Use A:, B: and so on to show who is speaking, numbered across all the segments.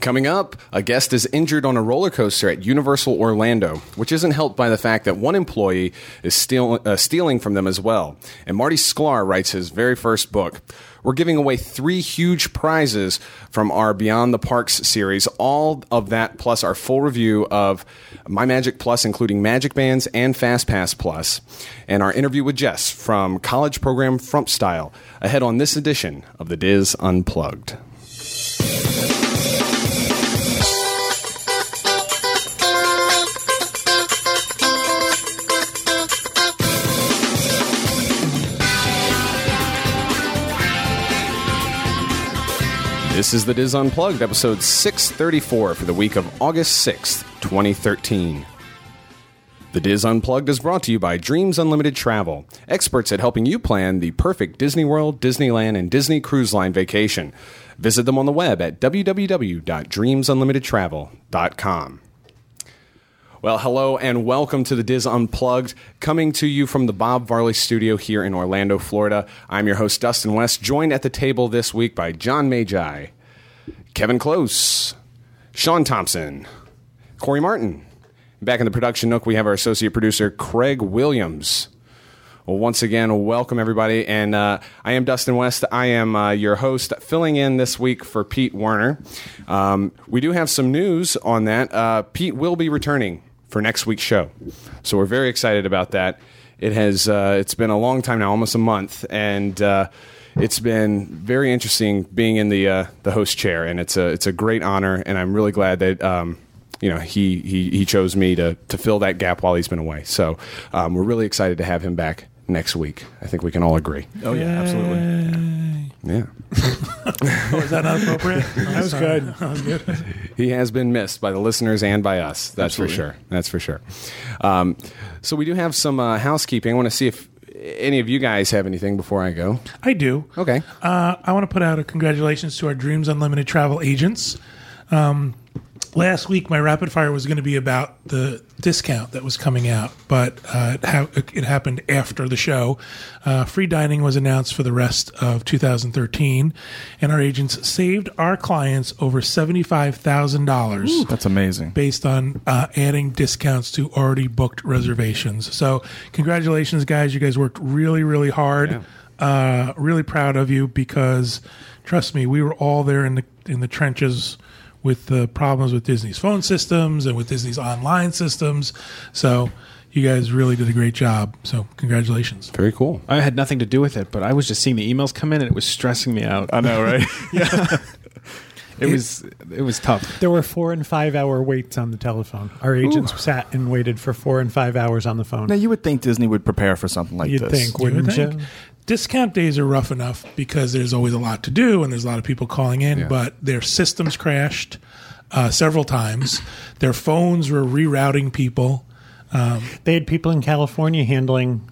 A: Coming up, a guest is injured on a roller coaster at Universal Orlando, which isn't helped by the fact that one employee is steal, uh, stealing from them as well. And Marty Sklar writes his very first book. We're giving away three huge prizes from our Beyond the Parks series. All of that, plus our full review of My Magic Plus, including Magic Bands and Fast Pass Plus, and our interview with Jess from college program Frump Style, ahead on this edition of the Diz Unplugged. This is the Diz Unplugged, episode 634 for the week of August 6th, 2013. The Diz Unplugged is brought to you by Dreams Unlimited Travel, experts at helping you plan the perfect Disney World, Disneyland, and Disney Cruise Line vacation. Visit them on the web at www.dreamsunlimitedtravel.com. Well, hello and welcome to the Diz Unplugged, coming to you from the Bob Varley studio here in Orlando, Florida. I'm your host, Dustin West, joined at the table this week by John Magi, Kevin Close, Sean Thompson, Corey Martin. Back in the production nook, we have our associate producer, Craig Williams. Well, once again, welcome everybody. And uh, I am Dustin West. I am uh, your host, filling in this week for Pete Werner. Um, we do have some news on that. Uh, Pete will be returning for next week's show, so we're very excited about that. It has uh, it's been a long time now, almost a month, and uh, it's been very interesting being in the uh, the host chair, and it's a it's a great honor, and I'm really glad that. Um, you know he he he chose me to to fill that gap while he's been away. So um, we're really excited to have him back next week. I think we can all agree.
B: Oh yeah, absolutely.
A: Yeah,
C: Oh, Is that not appropriate?
B: That was good.
A: he has been missed by the listeners and by us. That's
B: Absolutely.
A: for sure. That's for sure. Um, so we do have some uh, housekeeping. I want to see if any of you guys have anything before I go.
C: I do.
A: Okay.
C: Uh, I want to put out a congratulations to our Dreams Unlimited travel agents. Um, last week, my rapid fire was going to be about the discount that was coming out, but uh, it, ha- it happened after the show. Uh, free dining was announced for the rest of 2013, and our agents saved our clients over $75,000
B: That's amazing.
C: based on uh, adding discounts to already booked reservations. So, congratulations, guys! You guys worked really, really hard. Uh, really proud of you because, trust me, we were all there in the in the trenches with the problems with Disney's phone systems and with Disney's online systems. So, you guys really did a great job. So, congratulations.
A: Very cool.
D: I had nothing to do with it, but I was just seeing the emails come in and it was stressing me out.
B: I know, right?
D: It was it was tough.
E: There were four and five hour waits on the telephone. Our agents sat and waited for four and five hours on the phone.
B: now you would think Disney would prepare for something like
E: You'd
B: this.
E: think, wouldn't you?
C: think? Discount days are rough enough because there's always a lot to do and there's a lot of people calling in, but their systems crashed uh, several times. Their phones were rerouting people.
E: They had people in California handling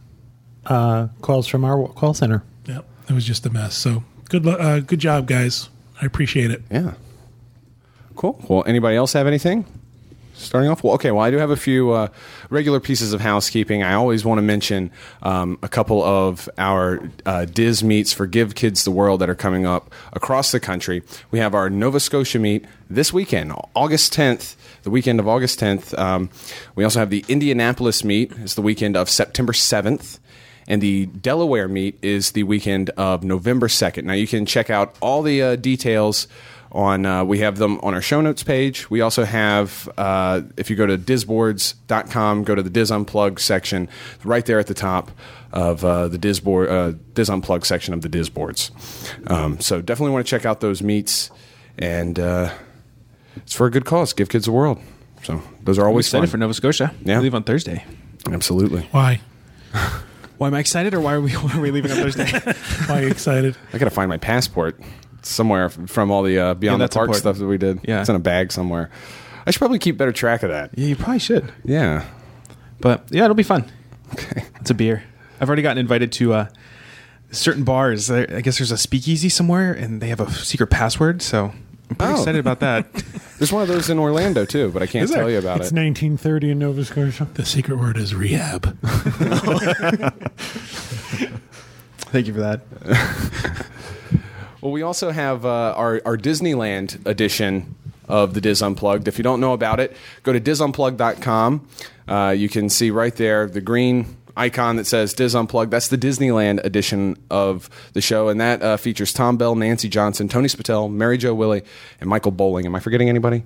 E: uh, calls from our call center.
C: Yep, it was just a mess. So good, lu- uh, good job, guys. I appreciate it.
A: Yeah. Cool. Well, anybody else have anything? Starting off, well, okay. Well, I do have a few uh, regular pieces of housekeeping. I always want to mention um, a couple of our uh, Diz meets for Give Kids the World that are coming up across the country. We have our Nova Scotia meet this weekend, August 10th, the weekend of August 10th. Um, we also have the Indianapolis meet, it's the weekend of September 7th and the Delaware meet is the weekend of November 2nd. Now you can check out all the uh, details on uh, we have them on our show notes page. We also have uh, if you go to disboards.com, go to the Diz Unplug section right there at the top of uh, the Disboard uh, Diz Unplug section of the Disboards. Um, so definitely want to check out those meets and uh, it's for a good cause. Give kids the world. So those are
D: We
A: always fun.
D: excited for Nova Scotia.
A: Yeah.
D: We leave on Thursday.
A: Absolutely.
C: Why?
D: Why am I excited or why are we why are we leaving on Thursday?
C: Why are you excited?
A: I gotta find my passport somewhere f- from all the uh, Beyond
D: Yeah,
A: the
D: that's
A: Park
D: important.
A: stuff that we did.
D: Yeah.
A: it's in a bag somewhere. I should probably keep better track of that.
D: yeah, you probably should.
A: Yeah,
D: But yeah, it'll be fun. Okay. It's a beer. I've already gotten invited to uh, certain bars. There- I guess there's a speakeasy somewhere and they have a secret password, so I'm pretty
A: Oh.
D: excited about that.
A: there's one of those in Orlando too, but I can't
D: Is there?
A: tell you about
E: It's
A: it.
E: 1930 in Nova Scotia.
C: The secret word is rehab.
D: Thank you for that.
A: Well, we also have uh, our our Disneyland edition of the Diz Unplugged. If you don't know about it, go to DizUnplugged.com. Uh, you can see right there the green icon that says Diz Unplugged. That's the Disneyland edition of the show, and that uh, features Tom Bell, Nancy Johnson, Tony Spatel, Mary Jo Willie, and Michael Bowling. Am I forgetting anybody?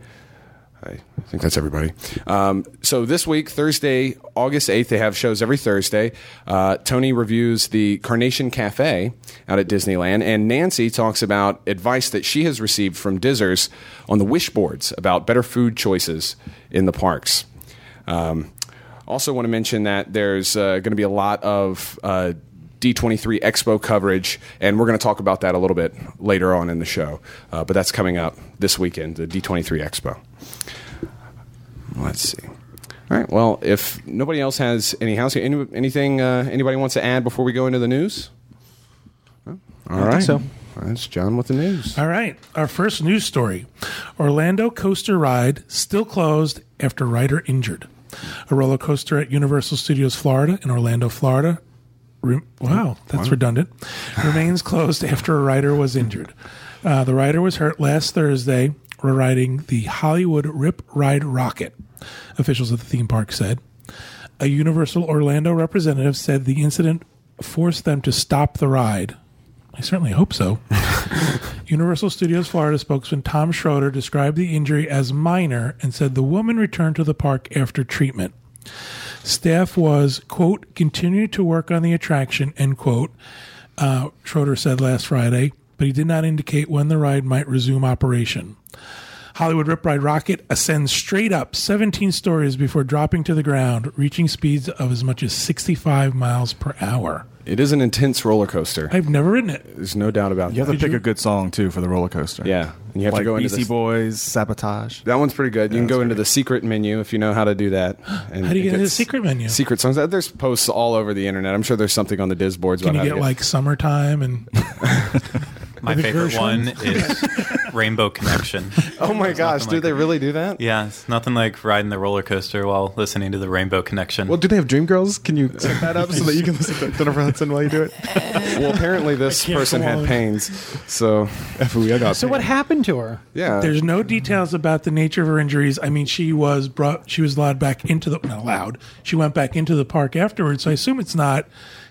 A: I think that's everybody. Um, so this week, Thursday, August 8th, they have shows every Thursday. Uh, Tony reviews the Carnation Cafe out at Disneyland, and Nancy talks about advice that she has received from Dizzers on the wish boards about better food choices in the parks. Um, also, want to mention that there's uh, going to be a lot of uh, D23 Expo coverage, and we're going to talk about that a little bit later on in the show. Uh, but that's coming up this weekend, the D23 Expo. Let's see. All right. Well, if nobody else has any house any, anything uh, anybody wants to add before we go into the news? No? All
D: I
A: right.
D: don't think so.
A: That's John with the news.
C: All right, our first news story Orlando coaster ride still closed after rider injured. A roller coaster at Universal Studios Florida in Orlando, Florida. Re- wow, that's redundant. Remains closed after a rider was injured. Uh, the rider was hurt last Thursday while riding the Hollywood Rip Ride Rocket, officials at the theme park said. A Universal Orlando representative said the incident forced them to stop the ride. I certainly hope so. Universal Studios Florida spokesman Tom Schroeder described the injury as minor and said the woman returned to the park after treatment. Staff was, quote, continuing to work on the attraction, end quote, uh, Schroeder said last Friday, but he did not indicate when the ride might resume operation. Hollywood Rip Ride Rocket ascends straight up 17 stories before dropping to the ground, reaching speeds of as much as 65 miles per hour.
A: It is an intense roller coaster.
C: I've never ridden it.
A: There's no doubt about
B: You have
A: that.
B: to pick a good song too for the roller coaster.
A: yeah, and you have
B: like
A: to go into
B: BC
A: this-
B: Boys, Sabotage.
A: That one's pretty good. You can go into the secret menu if you know how to do that. And
C: How do
A: it
C: you get into the
A: gets
C: secret menu?
A: Secret songs. Uh, There's posts all over the internet. I'm sure there's something on the Diz boards.
C: Can
A: about
C: you
A: how
C: get
A: to
C: like summertime and
F: My
C: the
F: favorite
C: Gershwins?
F: one is Rainbow Connection.
A: Oh my gosh,
F: nothing
A: do
F: like
A: they
F: it.
A: really do that?
F: Yeah, it's nothing like riding the roller coaster while listening to the Rainbow Connection.
D: Well, do they have Dreamgirls? Can you set that up so that you can listen to Jennifer Hudson while you do it?
A: Well, apparently this
E: can't
A: person had
E: swallow it.
A: pains. So
B: I got
E: So what happened to her?
A: yeah,
C: There's no details about the nature of her injuries. I mean, she was brought, she was allowed back into the, not allowed, she went back into the park afterwards. So I assume it's not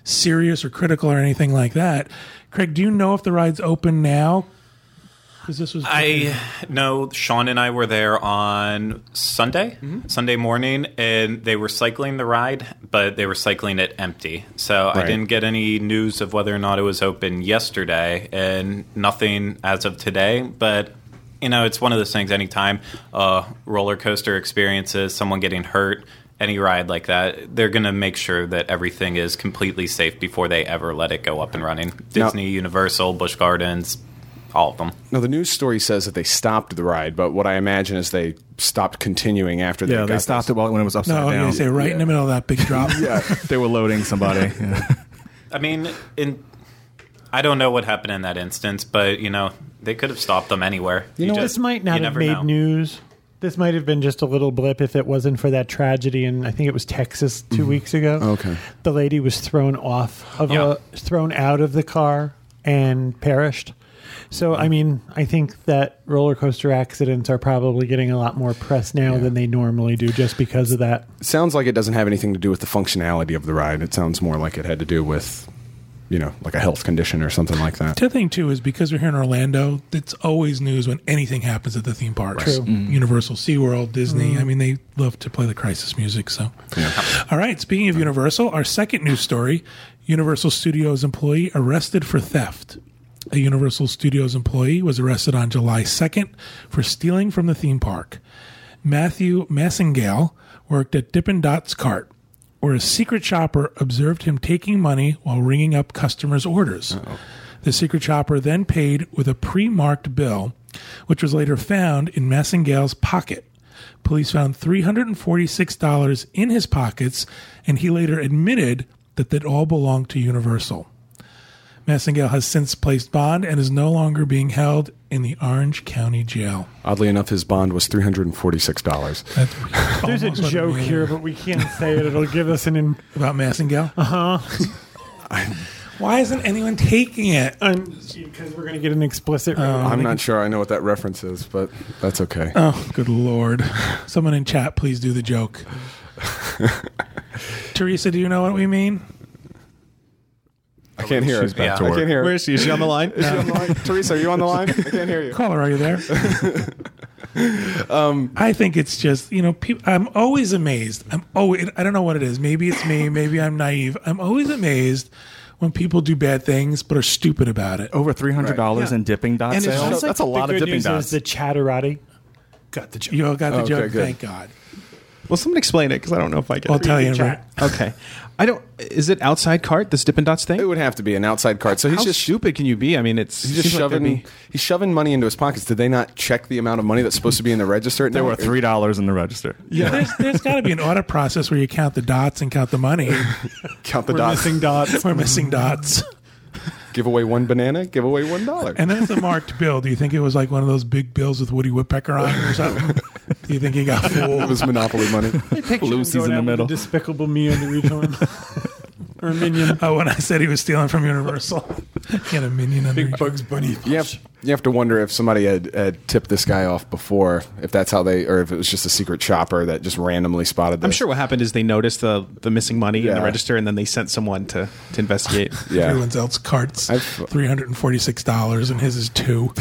C: serious or critical or anything like that. Craig, do you know if the ride's open now? Because this was,
F: I know Sean and I were there on Sunday,
A: Mm-hmm.
F: Sunday morning, and they were cycling the ride, but they were cycling it empty. So I
A: Right.
F: didn't get any news of whether or not it was open yesterday, and nothing as of today. But you know, it's one of those things. Anytime uh, roller coaster experiences, someone getting hurt. Any ride like that, they're going to make sure that everything is completely safe before they ever let it go up and running.
A: Now-
F: Disney, Universal, Busch Gardens, all of them.
A: no. The news story says that they stopped the ride, but what I imagine is they stopped continuing after. they,
B: Yeah, they
A: got
B: stopped
A: this.
B: it while when it was upside
C: no, I'm
B: down.
C: going to say right in the middle of that big drop.
B: yeah, they were loading somebody. Yeah.
F: I mean, in I don't know what happened in that instance, but you know they could have stopped them anywhere. You,
A: know
F: just-
E: This might not
F: you
E: have
F: never
E: made
F: know.
E: news. This might have been just a little blip if it wasn't for that tragedy in I think it was Texas
B: Mm-hmm.
E: 2 weeks ago.
A: Okay.
E: The lady was thrown off of
F: Yeah.
E: a, thrown out of the car and perished. So I mean, I think that roller coaster accidents are probably getting a lot more press now than they normally do just because of that.
A: Sounds like it doesn't have anything to do with the functionality of the ride. It sounds more like it had to do with, you know, like a health condition or something like that.
C: The other thing too is because we're here in Orlando, it's always news when anything happens at the theme parks. Universal, SeaWorld, Disney. I mean, they love to play the crisis music. So, all right. Speaking of Universal, our second news story: Universal Studios employee arrested for theft. A Universal Studios employee was arrested on July 2nd for stealing from the theme park. Matthew Massingale worked at Dippin' Dot's cart, where a secret shopper observed him taking money while ringing up customers' orders. The secret shopper then paid with a pre marked bill, which was later found in Massingale's pocket. Police found $346 in his pockets, and he later admitted that that all belonged to Universal. Massingale has since placed bond and is no longer being held in the Orange County Jail.
A: Oddly enough, his bond was three hundred and forty-six dollars.
C: That's
E: There's a
C: almost what
E: joke
C: we-
E: here, but we can't say it. It'll give us an. In-
C: about Massingale. Uh huh. Why isn't anyone taking it?
E: Because we're going to get an explicit.
A: I'm not sure I know what that reference is, but that's okay.
C: Oh, good lord! Someone in chat, please do the joke. Teresa, do you know what we mean?
A: I can't hear.
B: She's
A: it.
B: back to
A: I
B: work.
A: can't hear.
D: Where
A: it.
D: is she? Is she on the line?
A: Is she on the line? Teresa, are you on the line? I can't hear you.
C: Caller, are you there? I think it's just you know peop I'm always amazed. I'm always I don't know what it is. Maybe it's me. Maybe I'm naive. I'm always amazed when people do bad things but are stupid about it.
B: Over three hundred dollars
D: Yeah.
B: in dipping dot
D: And it's
B: sales.
D: just
B: That's a lot of dipping dots.
E: The chatterati.
C: got the joke. You all got the
A: Okay,
C: joke.
A: good.
C: Thank God.
D: Well, someone explain it because I don't know if I get
C: I'll
D: it.
C: tell you. in a minute.
E: chat.
D: Okay. I don't. Is it outside cart, this Dippin' Dots
A: It
D: thing?
A: would have to be an outside card. So he's
D: How
A: just
D: stupid can you be? I mean, it's
A: He's just
D: seems like there'd
A: shoving.
D: be-
A: he's shoving money into his pockets. Did they not check the amount of money that's supposed to be in the register?
B: There were three dollars in the register.
C: Yeah, there's, there's got to be an audit process where you count the dots and count the money.
A: Count the dots.
E: dots.
C: We're missing dots.
A: Give away one banana. Give away one dollar.
C: And that's a marked bill. Do you think it was like one of those big bills with Woody Woodpecker on it or something? Do you think he got
A: It
C: fooled?
A: was monopoly money.
B: Lucy's in the middle.
E: Despicable Me on the Rejoin. or Minion.
C: Oh, when I said he was stealing from Universal, he had a minion under Big Bugs Bunny.
A: You have, you have to wonder if somebody had, had tipped this guy off before, if that's how they, or if it was just a secret shopper that just randomly spotted this.
D: I'm sure what happened is they noticed the, the missing money in
A: Yeah.
D: the register and then they sent someone to, to investigate.
A: Yeah,
C: Everyone's else carts
A: I've-
C: three hundred and forty six dollars, and his is two.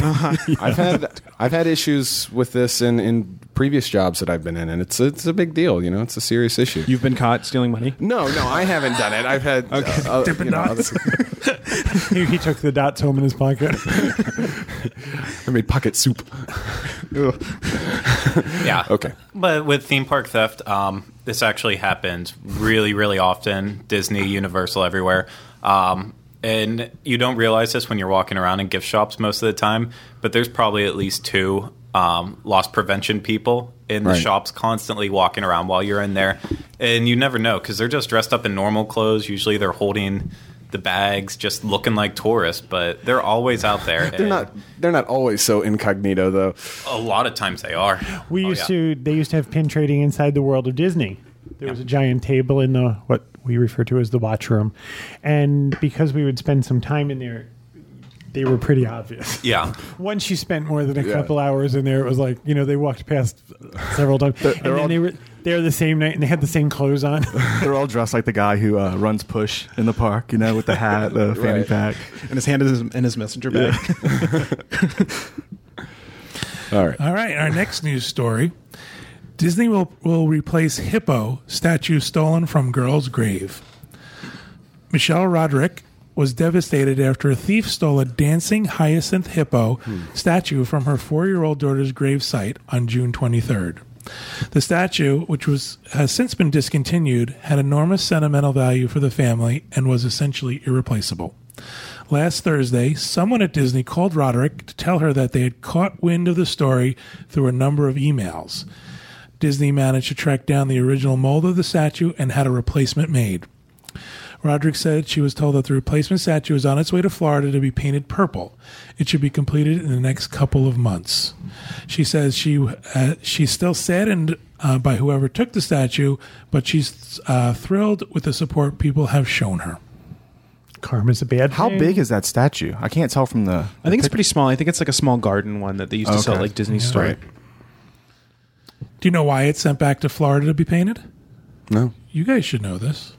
A: I've had I've had issues with this in, in previous jobs that I've been in, and it's it's a big deal. You know, it's a serious issue.
D: You've been caught stealing money?
A: no, no, I haven't done it. I've had okay. uh,
C: Dippin' Dots.
A: other-
E: he, he took the dots home in his pocket.
A: I made pocket soup.
F: Yeah.
A: Okay.
F: But with theme park theft, um, this actually happens really, really often. Disney, Universal, everywhere. Um, and you don't realize this when you're walking around in gift shops most of the time, but there's probably at least two um, loss prevention people in the
A: Right.
F: shops constantly walking around while you're in there. And you never know because they're just dressed up in normal clothes. Usually they're holding the bags, just looking like tourists, but they're always out there.
A: They're not. They're not always so incognito, though.
F: A lot of times they are.
E: We
F: Oh,
E: used
F: yeah.
E: to. They used to have pin trading inside the world of Disney. There was a giant table in the what we refer to as the watch room, and because we would spend some time in there, they were pretty obvious.
F: Yeah.
E: Once you spent more than a
A: Yeah.
E: couple hours in there, it was like you know they walked past several times, and
A: they're
E: then
A: all-
E: they were there the same night and they had the same clothes on.
B: They're all dressed like the guy who uh, runs push in the park, you know, with the hat, the fanny
A: Right.
B: pack.
D: And his hand is in his messenger bag.
A: All right.
C: All right, our next news story: Disney will will replace hippo statue stolen from girl's grave. Michelle Roderick was devastated after a thief stole a dancing hyacinth hippo statue from her four-year-old daughter's gravesite on June 23rd. The statue, which was has since been discontinued, had enormous sentimental value for the family and was essentially irreplaceable. Last Thursday, someone at Disney called Roderick to tell her that they had caught wind of the story through a number of emails. Disney managed to track down the original mold of the statue and had a replacement made. Roderick said she was told that the replacement statue is on its way to Florida to be painted purple. It should be completed in the next couple of months. She says she uh, she's still saddened uh, by whoever took the statue, but she's uh, thrilled with the support people have shown her.
E: Karma's a bad.
B: How
E: thing.
B: big is that statue? I can't tell from the.
D: I think it's pretty small. I think it's like a small garden one that they used to sell at
B: Okay.
D: like Disney store.
A: Right.
C: Do you know why it's sent back to Florida to be painted?
A: No.
C: You guys should know this.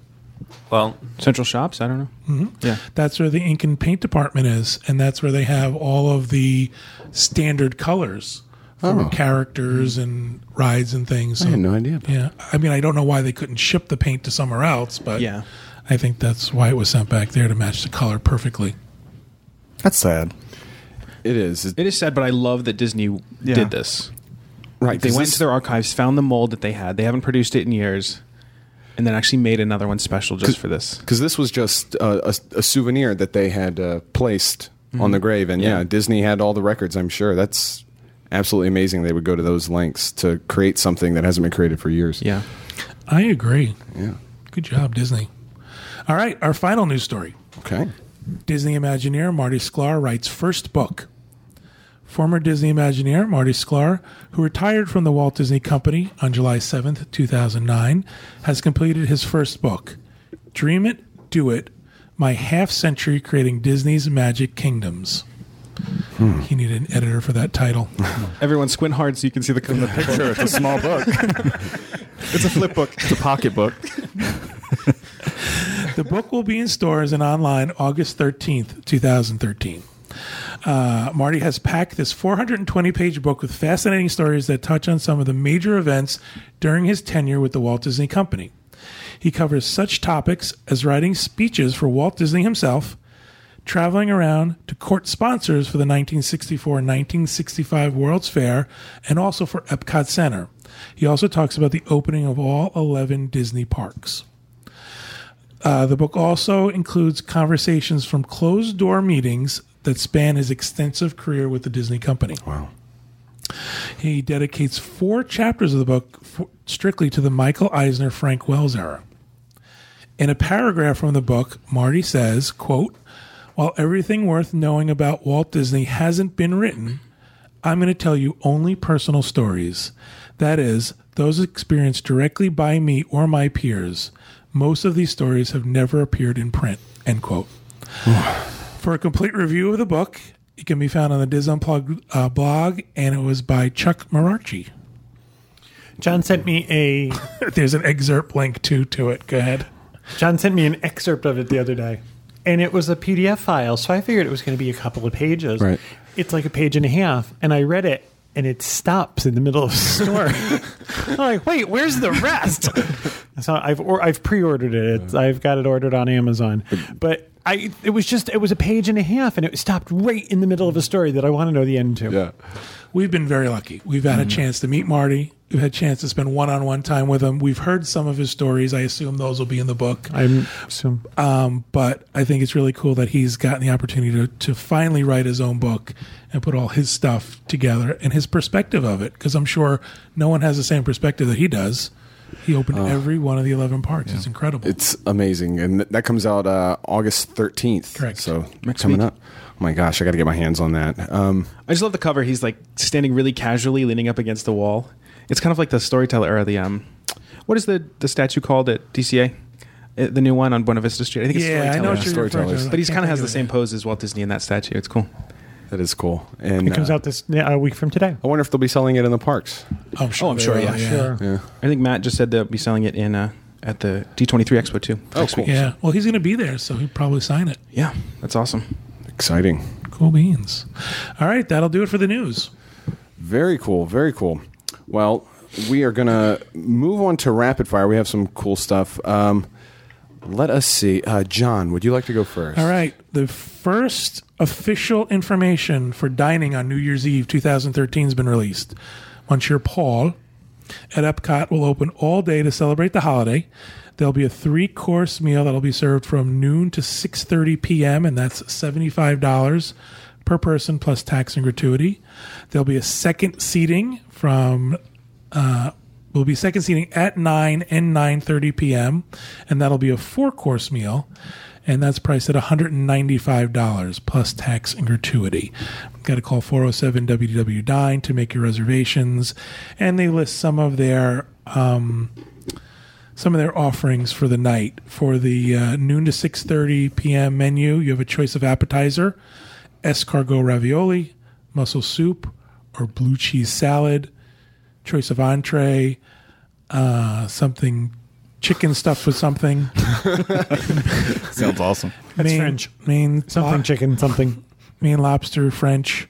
F: Well,
D: Central shops? I don't know.
C: That's where the ink and paint department is, and that's where they have all of the standard colors for characters and rides and things.
A: Oh. I
C: So,
A: had no idea. About
C: yeah, I mean, I don't know why they couldn't ship the paint to somewhere else, but
D: Yeah.
C: I think that's why it was sent back there to match the color perfectly.
B: That's sad.
A: It is. It,
D: It is sad, but I love that Disney
B: Yeah.
D: did this.
A: right.
D: They
A: 'cause
D: went
A: this-
D: to their archives, found the mold that they had. They haven't produced it in years, and then actually made another one special just for this.
A: because this was just uh, a, a souvenir that they had uh, placed on the grave, and Mm-hmm. yeah. Disney had all the records. I'm sure that's absolutely amazing. They would go to those lengths to create something that hasn't been created for years.
D: Yeah.
C: I agree.
A: Yeah.
C: Good job, Disney. All right, our final news story.
A: Okay.
C: Disney Imagineer Marty Sklar writes first book. Former Disney Imagineer Marty Sklar, who retired from the Walt Disney Company on July 7th, 2009, has completed his first book, Dream It, Do It my half century creating Disney's Magic Kingdoms. He needed an editor for that title.
D: Everyone squint hard so you can see the, the
B: Sure, it's a small book.
D: It's a flip book.
B: It's a pocketbook.
C: the book will be in stores and online August 13th, 2013. Uh, Marty has packed this 420 page book with fascinating stories that touch on some of the major events during his tenure with the Walt Disney Company. He covers such topics as writing speeches for Walt Disney himself, traveling around to court sponsors for the 1964 and 1965 World's Fair, and also for Epcot Center. He also talks about the opening of all 11 Disney parks. Uh, the book also includes conversations from closed door meetings that span his extensive career with the Disney company. Wow. He dedicates four chapters of the book f strictly to the Michael Eisner Frank Wells era. In a paragraph from the book, Marty says, quote, "While everything worth knowing about Walt Disney hasn't been written, I'm going to tell you only personal stories. That is, those experienced directly by me or my peers. Most of these stories have never appeared in print." End quote. For a complete review of the book, it can be found on the Diz Unplugged uh, blog, and it was by Chuck Marachi.
E: John sent me a
C: There's an excerpt link too to it. Go ahead.
E: John sent me an excerpt of it the other day, and it was a PDF file, so I figured it was going to be a couple of pages.
A: Right.
E: It's like a page and a half, and I read it, and it stops in the middle of the story. I'm like, wait, where's the rest? so I've or, I've pre-ordered it. It's, I've got it ordered on Amazon, but. I, it was just it was a page and a half and it stopped right in the middle of a story that I want to know the end to.
A: Yeah.
C: We've been very lucky. We've had a chance to meet Marty. We've had a chance to spend one-on-one time with him. We've heard some of his stories. I assume those will be in the book.
E: I'm so
C: Um, but I think it's really cool that he's gotten the opportunity to, to finally write his own book and put all his stuff together and his perspective of it. Because I'm sure no one has the same perspective that he does. He opened every one of the 11 parts. It's incredible.
A: It's amazing, and th- that comes out uh, August thirteenth.
C: Correct.
A: So coming up. Oh my gosh, I got to get my hands on that. Um,
D: I just love the cover. He's like standing really casually, leaning up against the wall. It's kind of like the storyteller or the um, what is the the statue called at DCA? Uh, The new one on Buena Vista Street. I think it's
C: yeah, I know
D: storyteller.
C: what you're referring
A: Storytellers.
C: to.
D: but he
C: I
D: kind of
C: can't
D: has the
C: think
D: same pose as Walt Disney in that statue. It's cool.
A: that is cool, and
E: it comes
A: uh,
E: out this uh, a week from today.
A: I wonder if they'll be selling it in the parks.
C: of it. I'm sure.
D: Oh, I'm
C: they
D: sure,
C: will,
D: yeah.
E: Sure.
D: I think Matt just said they'll be selling it in uh, at the D23 Expo too.
A: Oh, cool.
C: Yeah. Well, he's going to be there, so he'll probably sign it.
D: Yeah, that's awesome.
A: Exciting.
C: Cool beans. All right, that'll do it for the news.
A: Very cool. Very cool. Well, we are going to move on to rapid fire. We have some cool stuff. Um, let us see. Uh, John, would you like to go first?
C: All right. The first official information for dining on New Year's Eve 2013 has been released. Monsieur Paul at Epcot will open all day to celebrate the holiday. There'll be a three-course meal that'll be served from noon to 6:30 p.m. and that's $75 per person plus tax and gratuity. There'll be a second seating from will Uh, be second seating at 9 and 9.30 p.m and that'll be a four course meal and that's priced at $195 plus tax and gratuity got to call 407 wdw dine to make your reservations and they list some of their um, some of their offerings for the night for the uh, noon to 6.30 p.m menu you have a choice of appetizer escargot ravioli mussel soup or blue cheese salad choice of entree, uh, something chicken stuff with something.
B: Sounds awesome.
E: That's
C: main,
E: French.
C: Main
E: Something
C: lo-
E: chicken, something.
C: main lobster, French,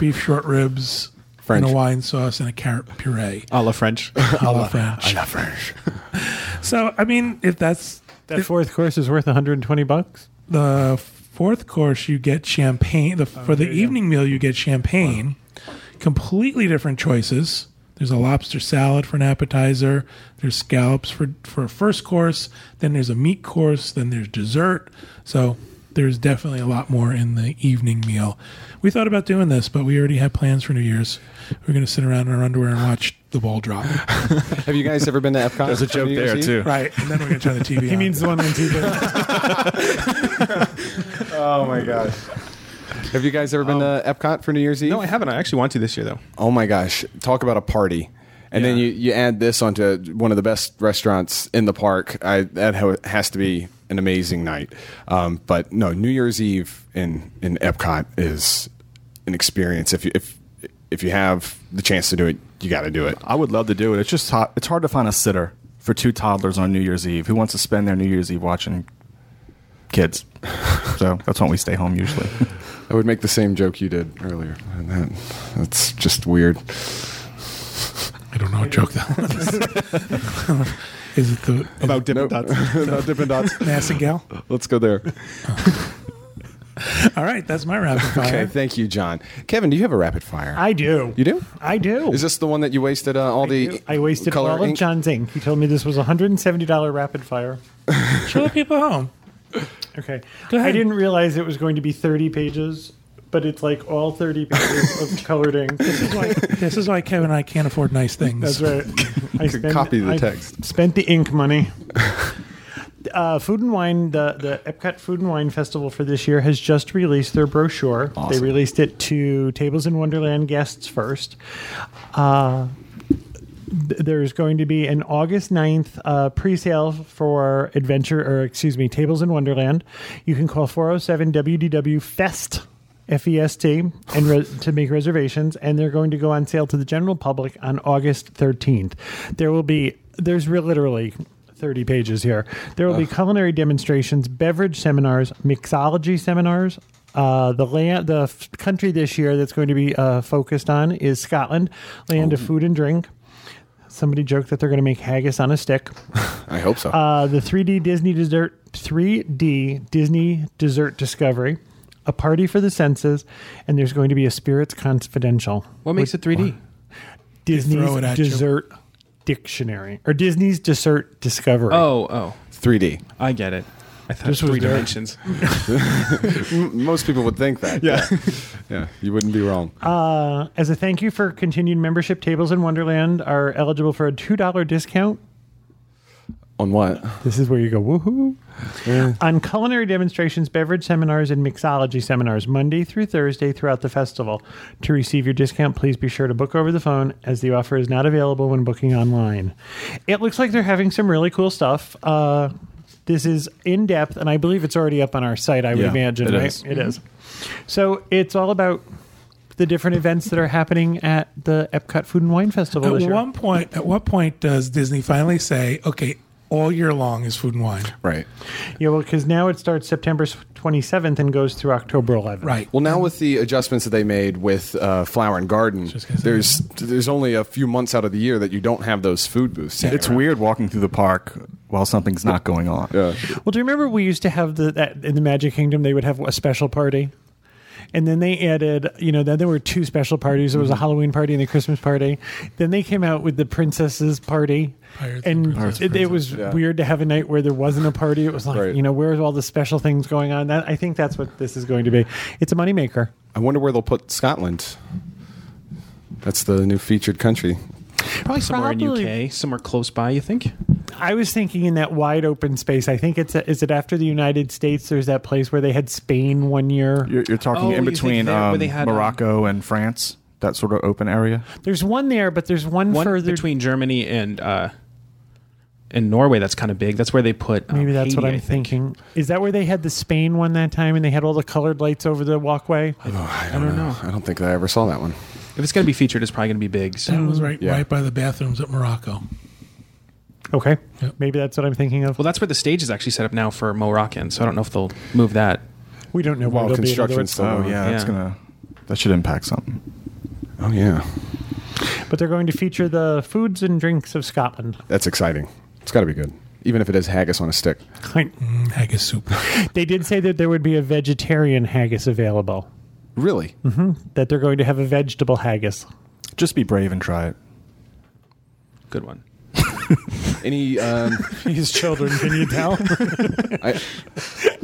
C: beef short ribs,
A: French.
C: and a wine sauce and a carrot puree.
D: A la French.
C: A la French.
A: Not French.
C: So I mean, if that's
E: That fourth course is worth 120 bucks.
C: the fourth course, you get champagne. The,
E: Oh,
C: for the evening meal, you get champagne. Completely different choices. There's a lobster salad for an appetizer. There's scallops for for a first course. Then there's a meat course. Then there's dessert. So there's definitely a lot more in the evening meal. We thought about doing this, but we already had plans for New Year's. We're going to sit around in our underwear and watch the ball drop.
A: Have you guys ever been to Epcot?
B: There's a joke there too.
C: right, and then we're going to turn the TV.
E: He means the one on TV.
A: Oh my gosh. Have you guys ever been
B: Um,
A: to Epcot for New Year's Eve?
D: no, I haven't. I actually want to this year though.
A: Oh my gosh, talk about a party. And then you, you add this onto one of the best restaurants in the park. I, that ho- has to be an amazing night. Um, but no, New Year's Eve in in Epcot is an experience. If you, if if you have the chance to do it, you got to do it.
B: I would love to do it. It's just hot. It's hard to find a sitter for two toddlers on New Year's Eve. Who wants to spend their New Year's Eve watching kids? so that's when we stay home usually.
A: I would make the same joke you did earlier. And that, that's just weird.
C: I don't know what joke that was. is it the
D: About Dippin'
A: Nope.
D: Dots.
A: Not Dippin' Dots.
C: Massengal?
A: Let's go there.
C: All right, that's my rapid fire.
A: Okay, thank you, John. Kevin, do you have a rapid fire?
E: I do.
A: you do?
E: I do.
A: Is this the one that you wasted uh, all the
E: I wasted
A: color
E: all of
A: ink?
E: John's ink. He told me this was $170 rapid fire.
C: Show the people home.
E: Okay.
C: Go ahead.
E: I didn't realize it was going to be 30 pages, but it's like all 30 pages of colored ink.
C: This is, why, this is why Kevin and I can't afford nice things.
E: That's right. I
A: could copy the text.
E: Spent the ink money. Uh, food and Wine, the, the Epcot Food and Wine Festival for this year has just released their brochure. They released it to Tables in Wonderland guests first. Uh, th- there's going to be an August 9th uh, pre sale for Adventure, or excuse me, Tables in Wonderland. You can call 407 WDW FEST. FEST E and re- to make reservations, and they're going to go on sale to the general public on August 13th. There will be, there's real literally 30 pages here. There will be culinary demonstrations, beverage seminars, mixology seminars. Uh, the land, the f- country this year that's going to be uh, focused on is Scotland, land of food and drink. Somebody joked that they're going to make haggis on a stick.
A: I hope so.
E: Uh, the 3D Disney dessert, 3D Disney dessert discovery, a party for the senses, and there's going to be a spirits confidential.
D: What makes it 3D?
C: throw
E: Disney's
C: it at you.
E: dessert dictionary or Disney's dessert discovery.
D: Oh, oh.
A: 3D.
D: I get it. I thought
E: This
D: it was
E: was
D: three
E: their-
D: dimensions.
A: M- Most people would think that. Yeah. yeah, you wouldn't be wrong.
E: Uh, as a thank you for continued membership, Tables in Wonderland are eligible for a $2 discount.
A: On what?
E: This is where you go, woohoo. On culinary demonstrations, beverage seminars, and mixology seminars, Monday through Thursday throughout the festival. To receive your discount, please be sure to book over the phone, as the offer is not available when booking online. It looks like they're having some really cool stuff. Uh, this is in depth, and I believe it's already up on our site, I would
B: Yeah,
E: imagine,
B: it
E: right?
B: is.
E: It is. So it's all about the different events that are happening at the Epcot Food and Wine
B: Uh,
E: Festival
C: At
E: this year.
C: one point, at what point does Disney finally say, "Okay, all year long is food and wine"?
A: Right.
E: Yeah, well, because now it starts September 27th and goes through October 11th.
C: Right.
A: Well, now with the adjustments that they made with uh, Flower and Garden, there's there's only a few months out of the year that you don't have those food booths.
B: It's weird walking through the park while something's not going on.
A: Yeah.
E: Well, do you remember we used to have the that in the Magic Kingdom they would have a special party, and then they added you know then there were two special parties. There was
D: Mm-hmm.
E: a Halloween party and the Christmas party. Then they came out with the princesses party,
C: Pirates and
E: and it, it was weird to have a night where there wasn't a party. It was like
A: Right.
E: you know where's all the special things going on? That I think that's what this is going to be. It's a moneymaker.
A: I wonder where they'll put Scotland. That's the new featured country.
D: Probably somewhere
E: Probably.
D: in UK, somewhere close by, you think?
E: I was thinking in that wide open space. I think it's a, is it after the United States? There's that place where they had Spain one year.
B: You're, you're talking
D: Oh,
B: in
D: you think
B: between
D: there where
B: um,
D: they had, um,
B: Morocco and France, that sort of open area.
E: There's one there, but there's one,
D: One
E: further.
D: between Germany and uh, and Norway that's kind of big. That's where they put um,
E: Maybe that's what
D: Haiti,
E: I'm
D: I think.
E: thinking. Is that where they had the Spain one that time and they had all the colored lights over the walkway?
A: Oh, I don't, know. I don't think I ever saw that one.
D: If it's going to be featured, it's probably going to be big. So.
C: That was right,
A: Yeah.
C: right by the bathrooms at Morocco.
E: Okay.
C: Yep.
E: Maybe that's what I'm thinking of.
D: Well, that's where the stage is actually set up now for Moroccan, so I don't know if they'll move that.
E: We don't know where
A: While
E: it'll be, in other
A: construction's
E: words.
A: still
B: Oh
A: going.
B: yeah, that's
D: Yeah.
B: gonna that should impact something.
A: Oh yeah,
E: But they're going to feature the foods and drinks of Scotland.
A: that's exciting. It's got to be good, even if it is haggis on a stick.
C: Mm, haggis soup.
E: They did say that there would be a vegetarian haggis available,
A: Really?
E: that they're going to have a vegetable haggis.
B: Just be brave and try it.
D: Good one.
A: Any? Um,
E: These children, can you tell?
A: I,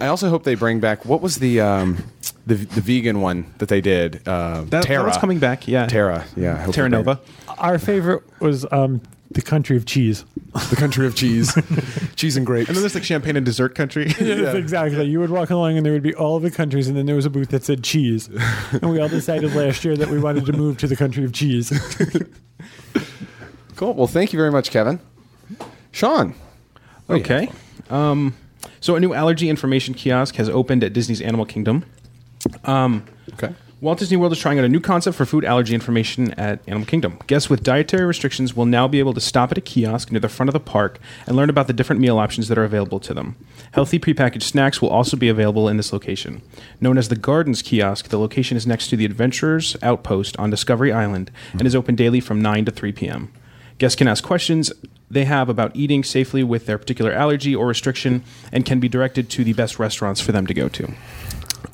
A: I also hope they bring back what was the um, the, the vegan one that they did. Uh,
D: That,
A: Terra
D: that one's coming back. Yeah,
A: Terra, yeah, I hope they
D: Terra
A: bring-
D: Nova.
E: Our favorite was um, the country of cheese.
A: the country of cheese, cheese and grapes.
D: And then there's like champagne and dessert country. Oh,
E: Exactly. You would walk along and there would be all the countries, and then there was a booth that said cheese. And we all decided last year that we wanted to move to the country of cheese.
A: cool. Well, thank you very much, Kevin. Sean.
D: Okay. Um, So a new allergy information kiosk has opened at Disney's Animal Kingdom. Um,
A: Okay.
D: Walt Disney World is trying out a new concept for food allergy information at Animal Kingdom. Guests with dietary restrictions will now be able to stop at a kiosk near the front of the park and learn about the different meal options that are available to them. Healthy prepackaged snacks will also be available in this location. Known as the Gardens Kiosk, the location is next to the Adventurers Outpost on Discovery Island and is open daily from 9 to 3 p.m. Guests can ask questions they have about eating safely with their particular allergy or restriction and can be directed to the best restaurants for them to go to.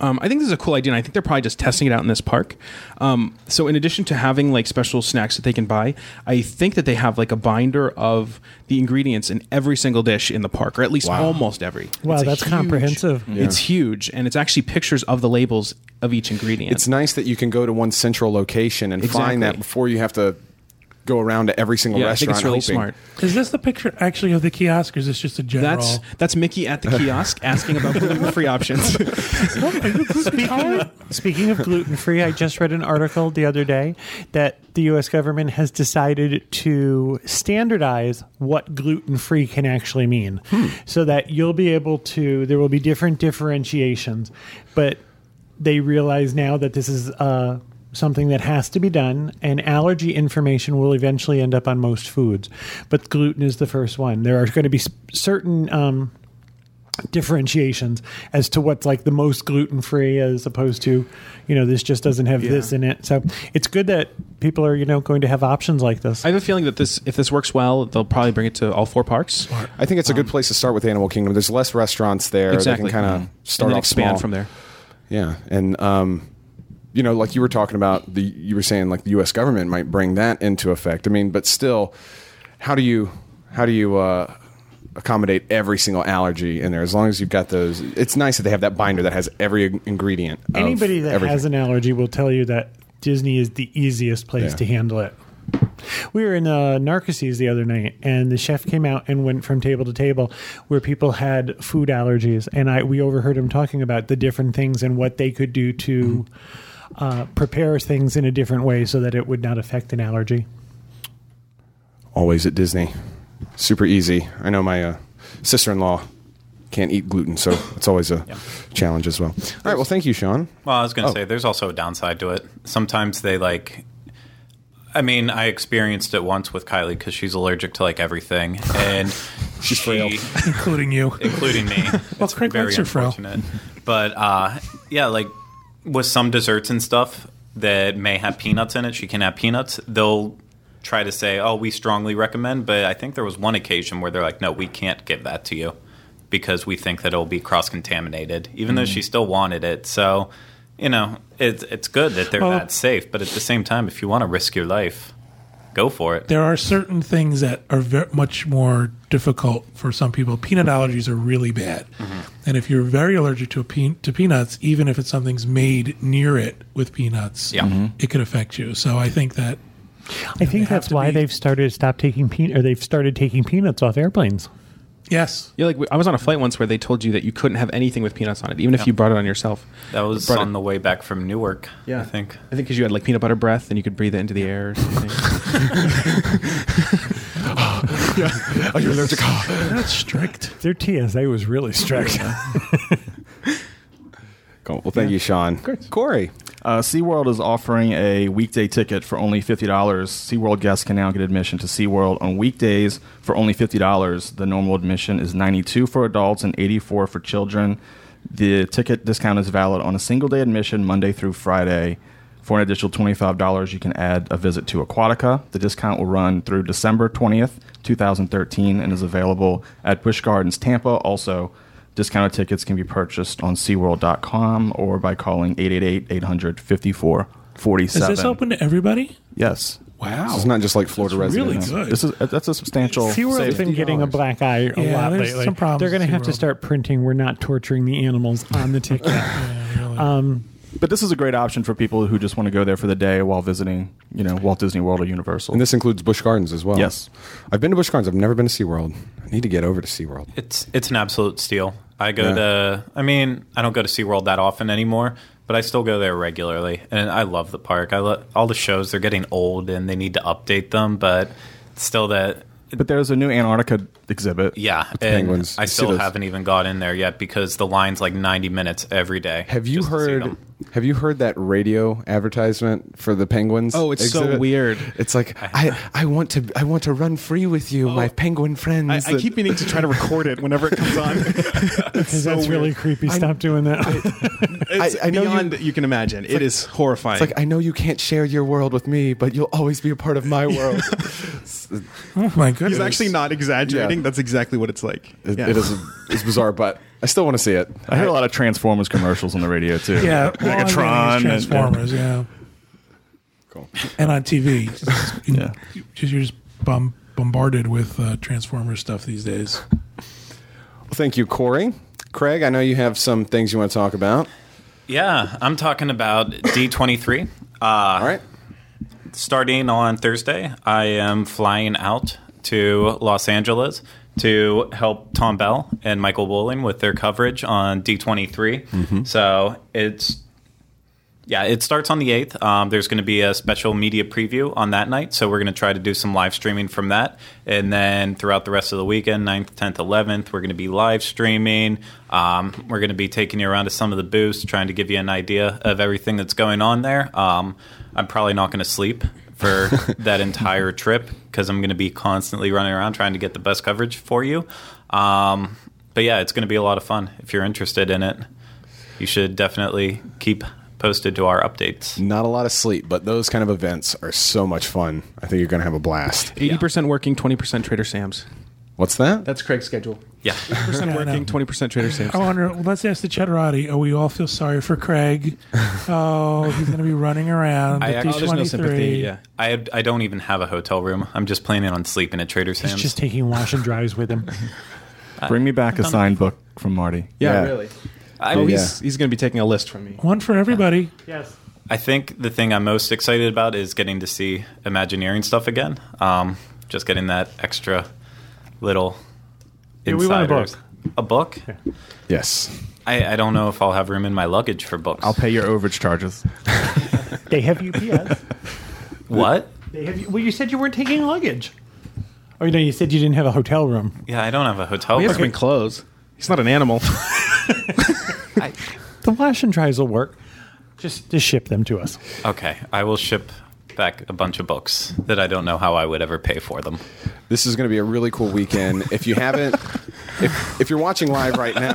D: Um, I think this is a cool idea, and I think they're probably just testing it out in this park. Um, so, in addition to having like special snacks that they can buy, I think that they have like a binder of the ingredients in every single dish in the park, or at least almost every.
E: Wow,
D: It's a
E: that's
D: huge-
E: comprehensive.
D: It's huge, and it's actually pictures of the labels of each ingredient.
A: It's nice that you can go to one central location and
D: Exactly.
A: find that before you have to go around to every single
D: yeah, I think
A: restaurant.
D: it's really
A: hoping.
D: smart.
C: Is this the picture actually of the kiosk, or is this just a general?
D: That's that's Mickey at the kiosk asking about gluten-free options.
E: Speaking of, speaking of gluten free, I just read an article the other day that the U.S. government has decided to standardize what gluten free can actually mean, so that you'll be able to. There will be different differentiations, but they realize now that this is uh, something that has to be done, and allergy information will eventually end up on most foods. But gluten is the first one. There are going to be s- certain. Um, differentiations as to what's like the most gluten free as opposed to, you know, this just doesn't have this in it. So it's good that people are, you know, going to have options like this.
D: I have a feeling that this, if this works well, they'll probably bring it to all four parks.
A: I think it's a good
D: Um,
A: place to start with Animal Kingdom. There's less restaurants there. They can kind of
D: Mhm.
A: start
D: and then
A: off
D: expand
A: small.
D: from there.
A: Yeah, and um, you know, like you were talking about the, you were saying like the U.S. government might bring that into effect. I mean, but still, how do you how do you uh, accommodate every single allergy in there? As long as you've got those, it's nice that they have that binder that has every ingredient. of
E: Anybody that
A: everything.
E: has an allergy will tell you that Disney is the easiest place
A: Yeah.
E: to handle it. We were in uh, Narcissus the other night, and the chef came out and went from table to table where people had food allergies, and I we overheard him talking about the different things and what they could do to
A: Mm-hmm.
E: uh, prepare things in a different way so that it would not affect an allergy.
A: always at Disney, super easy. I know my uh, sister in law can't eat gluten, so it's always a challenge as well. All right, well, thank you, Sean.
F: Well, I was going to say there's also a downside to it. Sometimes they like. I mean, I experienced it once with Kylie because she's allergic to like everything, and she's
A: frail.
C: including you.
F: including me. it's
C: Craig
F: very
C: likes her fro.
F: unfortunate. But uh, yeah, like with some desserts and stuff that may have peanuts in it, she can have peanuts. They'll try to say, "Oh, we strongly recommend," but I think there was one occasion where they're like, "No, we can't give that to you because we think that it'll be cross-contaminated," even
D: Mm.
F: though she still wanted it. So. You know, it's it's good that they're
C: Well-
F: that safe, but at the same time, if you want to risk your life, go for it.
C: There are certain things that are ver- much more difficult for some people. Peanut
B: Mm-hmm.
C: allergies are really bad, and if you're very allergic to a pe- to peanuts, even if it's something's made near it with peanuts,
F: Yeah.
B: Mm-hmm.
F: Mhm.
C: it could affect you. So I think that
E: I
C: have
E: think that's
C: to
E: why
C: be-
E: they've started stop taking pe- or they've started taking peanuts off airplanes.
C: yes,
D: Yeah, like I was on a flight once where they told you that you couldn't have anything with peanuts on it, even if you brought it on yourself.
F: That was
D: Brought it-
F: on the way back from Newark, I think.
D: I think because you had like peanut butter breath and you could breathe it into the air. Or something.
A: Oh, you're allergic.
C: that's strict.
E: Their TSA was really strict.
A: cool. Well, thank you, Sean. Great. Corey.
B: Uh, SeaWorld is offering a weekday ticket for only $50. SeaWorld guests can now get admission to SeaWorld on weekdays for only $50. The normal admission is 92 for adults and 84 for children. The ticket discount is valid on a single day admission Monday through Friday. For an additional $25, you can add a visit to Aquatica. The discount will run through December 20th, 2013 and is available at Busch Gardens Tampa also Discounted tickets can be purchased on SeaWorld.com or by calling 888-800-5447.
C: Is this open to everybody?
B: Yes.
C: Wow,
A: It's not just like Florida
C: That's really
A: residents.
C: good.
B: This is that's a substantial
E: SeaWorld's
B: saving.
E: been getting a black eye a
C: Yeah,
E: lot
C: there's
E: lately.
C: some problems
E: They're going to
C: with
E: have to
C: SeaWorld.
E: start printing "We're not torturing the animals" on the ticket.
C: Yeah, really.
B: But this is a great option for people who just want to go there for the day while visiting, you know, Walt Disney World or Universal.
A: And this includes Busch Gardens as well.
B: Yes.
A: I've been to Busch Gardens. I've never been to SeaWorld. I need to get over to SeaWorld.
F: It's it's an absolute steal. I go
A: Yeah.
F: to I mean, I don't go to SeaWorld that often anymore, but I still go there regularly and I love the park. I love all the shows. They're getting old and they need to update them, but it's still that
B: But there's a new Antarctica exhibit.
F: Yeah, and
A: penguins.
F: I
A: You see
F: still
A: those.
F: haven't even got in there yet because the line's like 90 minutes every day.
A: Have you
F: just to see
A: heard?
F: them.
A: Have you heard that radio advertisement for the penguins?
D: Oh, it's so
A: exhibit?
D: weird.
A: It's like I, I want to, I want to run free with you, my penguin friends.
D: Oh. I, I
A: that-
D: keep meaning to try to record it whenever it comes on. it's so
E: that's really
D: weird.
E: creepy. Stop doing that.
D: It's
A: I- I know you-
D: beyond you, can imagine. It is horrifying.
A: It's like I know you can't share your world with me, but you'll always be a part of my world.
C: Oh my goodness.
D: He's actually not exaggerating.
A: Yeah.
D: That's exactly what it's like.
A: It-
D: Yeah.
A: it is, it's bizarre, but I still want to see it.
B: I hear a lot of Transformers commercials on the radio too.
C: Yeah, well, I mean, it's
B: Megatron, uh,
C: Transformers, yeah.
A: Cool.
C: And on TV,
B: Yeah.
C: You- you're just bom- bombarded with uh, Transformers stuff these days.
A: Well, thank you, Corey. Craig, I know you have some things you want to talk about.
F: Yeah, I'm talking about D23. Uh,
A: All right.
F: starting on Thursday, I am flying out to Los Angeles to help Tom Bell and Michael Bowling with their coverage on D23. So it's yeah, it starts on the 8th. Um, there's going to be a special media preview on that night. So we're going to try to do some live streaming from that. And then throughout the rest of the weekend, 9th, 10th, 11th, we're going to be live streaming. Um, we're going to be taking you around to some of the booths, trying to give you an idea of everything that's going on there. Um, I'm probably not going to sleep for that entire trip because I'm going to be constantly running around trying to get the best coverage for you. Um, but yeah, it's going to be a lot of fun if you're interested in it you should definitely keep posted to our updates.
A: Not a lot of sleep, but those kind of events are so much fun. I think you're going to have a blast.
D: 80% working, 20% Trader Sam's.
A: What's that?
D: That's Craig's schedule.
F: Yeah.
D: 80%
C: I know.
D: working, 20% Trader Sam's.
C: I wonder. Oh, uh, Well, let's ask the Cheddarati. Oh, we all feel sorry for Craig. Oh, he's going to be running around.
F: I
C: at
F: actually-
D: Oh, there's no sympathy.
C: D23.
D: Yeah.
F: I I don't even have a hotel room. I'm just planning on sleeping at Trader
E: He's
F: Sam's.
E: just taking wash and drives with him.
B: Bring me back a signed book from Marty.
D: Yeah,
A: Yeah.
D: really. oh, he's,
A: yeah.
D: he's going to be taking a list from me.
C: One for everybody.
E: Yes.
F: I think the thing I'm most excited about is getting to see Imagineering stuff again. Um, just getting that extra little
E: Yeah, we want a
F: insiders.
E: book.
F: A book?
A: Yes.
F: I, I don't know if I'll have room in my luggage for books.
B: I'll pay your overage charges.
E: They have UPS.
F: what?
E: They have. Well, you said you weren't taking luggage. Oh no, you said you didn't have a hotel room.
F: Yeah, I don't have a hotel
D: He
F: room.
D: has been clothes. He's not an animal.
E: The wash and drives will work. Just just ship them to us.
F: Okay, I will ship back a bunch of books that I don't know how I would ever pay for them.
A: This is going to be a really cool weekend. If you haven't, if, if you're watching live right now,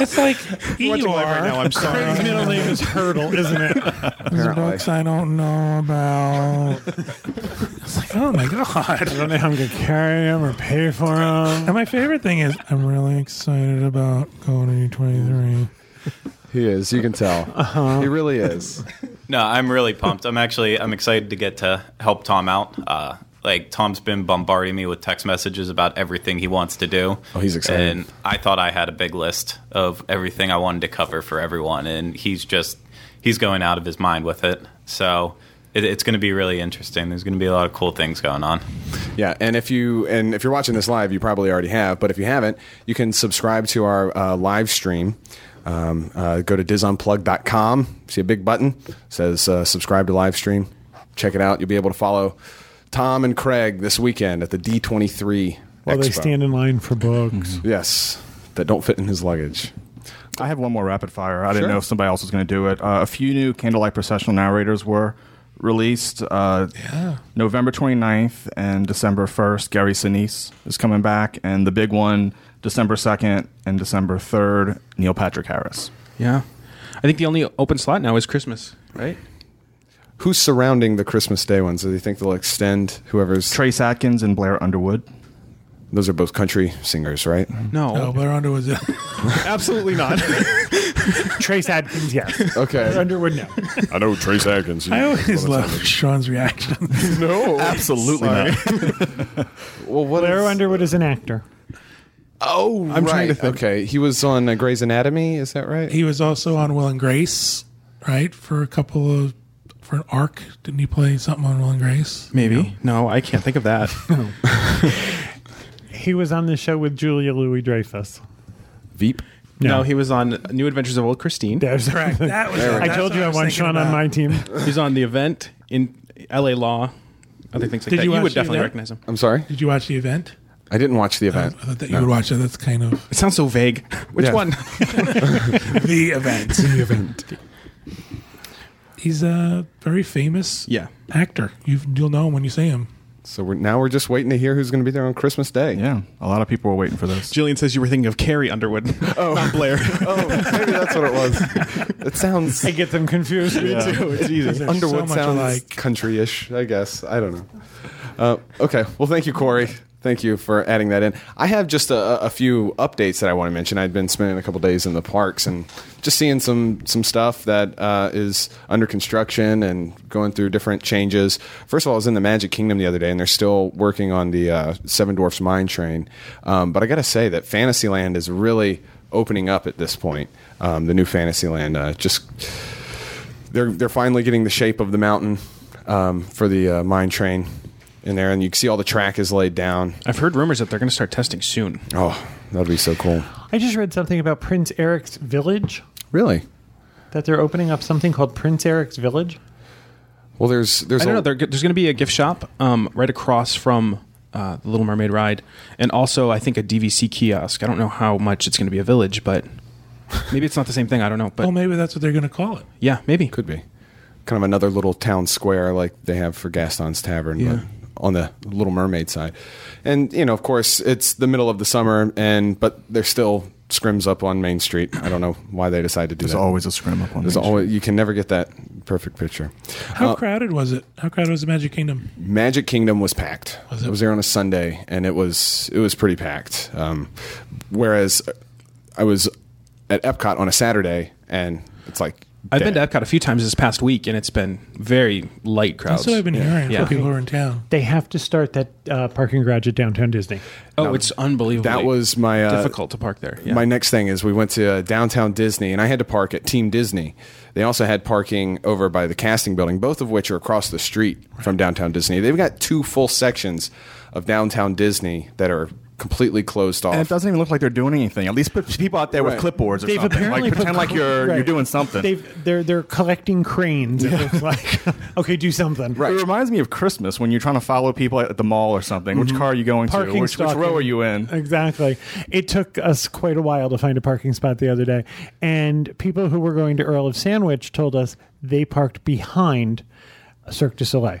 C: It's like
D: watching
C: Eeyore.
D: live right now, I'm sorry.
C: Craig's middle name is Hurdle, isn't it? There's a
A: Apparently.
C: box I don't know about. It's like, oh my god.
E: I don't know how I'm gonna carry them or pay for them.
C: And my favorite thing is, I'm really excited about going to 23.
A: he is. You can tell. He really is.
F: No, I'm really pumped. I'm actually I'm excited to get to help Tom out. Uh, like Tom's been bombarding me with text messages about everything he wants to do.
A: Oh, he's excited.
F: And I thought I had a big list of everything I wanted to cover for everyone, and he's just he's going out of his mind with it. So it, it's going to be really interesting. There's going to be a lot of cool things going on.
A: Yeah, and if you and if you're watching this live, you probably already have. But if you haven't, you can subscribe to our uh, live stream. Um, uh, go to disunplug.com. See a big button says uh, subscribe to live stream. Check it out. You'll be able to follow Tom and Craig this weekend at the D23
E: While
A: Expo.
E: they stand in line for books.
C: Mm-hmm.
A: yes, that don't fit in his luggage.
B: I have one more rapid fire. I didn't
A: Sure.
B: know if somebody else was going to do it. Uh, a few new Candlelight Processional narrators were released uh, November 29th and December 1st. Gary Sinise is coming back. And the big one, December 2nd and December 3rd, Neil Patrick Harris.
D: yeah. I think the only open slot now is Christmas, right?
A: Who's surrounding the Christmas Day ones? Do you think they'll extend whoever's?
B: Trace Atkins and Blair Underwood.
A: Those are both country singers, right?
G: Mm-hmm.
D: No.
C: Oh, Blair Underwood's in.
D: Absolutely not.
E: Trace Adkins, yes.
A: Okay.
E: Underwood, no.
A: I know Trace Atkins.
C: I always love Sean's reaction.
A: no.
B: Absolutely not.
A: Well, what
E: Blair
A: is-
E: Underwood is an actor.
A: Oh, I'm
D: trying to think.
A: Okay, he was on uh, Grey's Anatomy. Is that right?
C: He was also on Will and Grace, right? For a couple of for an arc, didn't he play something on Will and Grace?
D: Maybe. No, I can't think of that.
E: He was on the show with Julia Louis Dreyfus.
A: Veep.
D: No, he was on New Adventures of Old Christine.
E: There's
C: Correct. That was.
E: I told you I want Sean on my team.
D: He's on the event in L.A. Law. other things like
C: Did
D: that.
C: you
D: You,
C: watch
D: would
C: the
D: definitely
C: event?
D: recognize them.
G: I'm sorry,
C: Did you watch the event?
G: I didn't watch the event.
A: Uh,
C: I thought that you
G: Uh, No.
C: would watch it. That's kind of
D: It sounds so vague. Which
G: Yeah.
D: one?
C: the event. the event. He's a very famous
D: yeah.
C: actor. You've, you'll know him when you see him.
G: So we're, now we're just waiting to hear who's going to be there on Christmas Day.
B: Yeah, a lot of people were waiting for this.
D: Jillian says you were thinking of Carrie Underwood, not Blair.
G: Oh, maybe that's what it was. It sounds
E: I get them confused.
D: it's easy.
C: They're so
G: Underwood
C: much
G: sounds
C: alike.
G: country-ish, I guess. I don't know. Uh, okay, well, thank you, Corey. Thank you for adding that in. I have just a- a, a few updates that I want to mention. I'd been spending a couple days in the parks and just seeing some some stuff that uh, is under construction and going through different changes. First of all, I was in the Magic Kingdom the other day, and they're still working on the uh, Seven Dwarfs Mine Train. Um, but I got to say that Fantasyland is really opening up at this point. Um, the new Fantasyland uh, just they're they're finally getting the shape of the mountain um, for the uh, mine train in there, and you can see all the track is laid down.
D: I've heard rumors that they're going to start testing soon.
G: Oh, that'd be so cool!
E: I just read something about Prince Eric's Village,
G: Really?
E: that they're opening up something called Prince Eric's Village.
G: Well, there's there's
D: I don't
G: a-
D: know. There, there's going to be a gift shop um, right across from uh, the Little Mermaid ride, and also I think a DVC kiosk. I don't know how much it's going to be a village, but maybe it's not the same thing. I don't know, but
C: Well, maybe that's what they're going to call it.
D: yeah, maybe.
G: Oh, could be kind of another little town square like they have for Gaston's Tavern, but on the Little Mermaid side. And you know, of course, it's the middle of the summer, and but there's still scrims up on Main Street. I don't know why they decided to do
B: There's
G: that.
B: always a scrim up on
G: there's
B: Main Street.
G: always you can never get that perfect picture.
C: How crowded was it? How crowded was the Magic Kingdom?
G: Magic Kingdom was packed.
C: Was it?
G: I was there on a Sunday, and it was it was pretty packed. Um, whereas I was at Epcot on a Saturday, and it's like
D: I've been to
G: dead.
D: Epcot a few times this past week, and it's been very light crowds.
C: That's what I've been hearing
D: Yeah.
C: from people who are in town.
E: They have to start that uh, parking garage at downtown Disney.
D: oh, it's unbelievable.
G: That was my uh,
D: difficult to park there. Yeah.
G: My next thing is we went to uh, downtown Disney, and I had to park at Team Disney. They also had parking over by the casting building, both of which are across the street from downtown Disney. They've got two full sections of downtown Disney that are completely closed off.
B: And it doesn't even look like they're doing anything. At least put people out there
G: Right.
B: with clipboards or
E: They've
B: something.
E: apparently
B: like,
E: put
B: pretend like
E: cl-
B: you're
E: right.
B: you're doing something.
E: They've, they're they're collecting cranes. It looks like okay, do something.
B: It reminds me of Christmas when you're trying to follow people at the mall or something. Which car are you going to?
E: Parking Uh,
B: Which, which
E: stalking.
B: row are you in?
E: Exactly. It took us quite a while to find a parking spot the other day. And people who were going to Earl of Sandwich told us they parked behind Cirque du Soleil.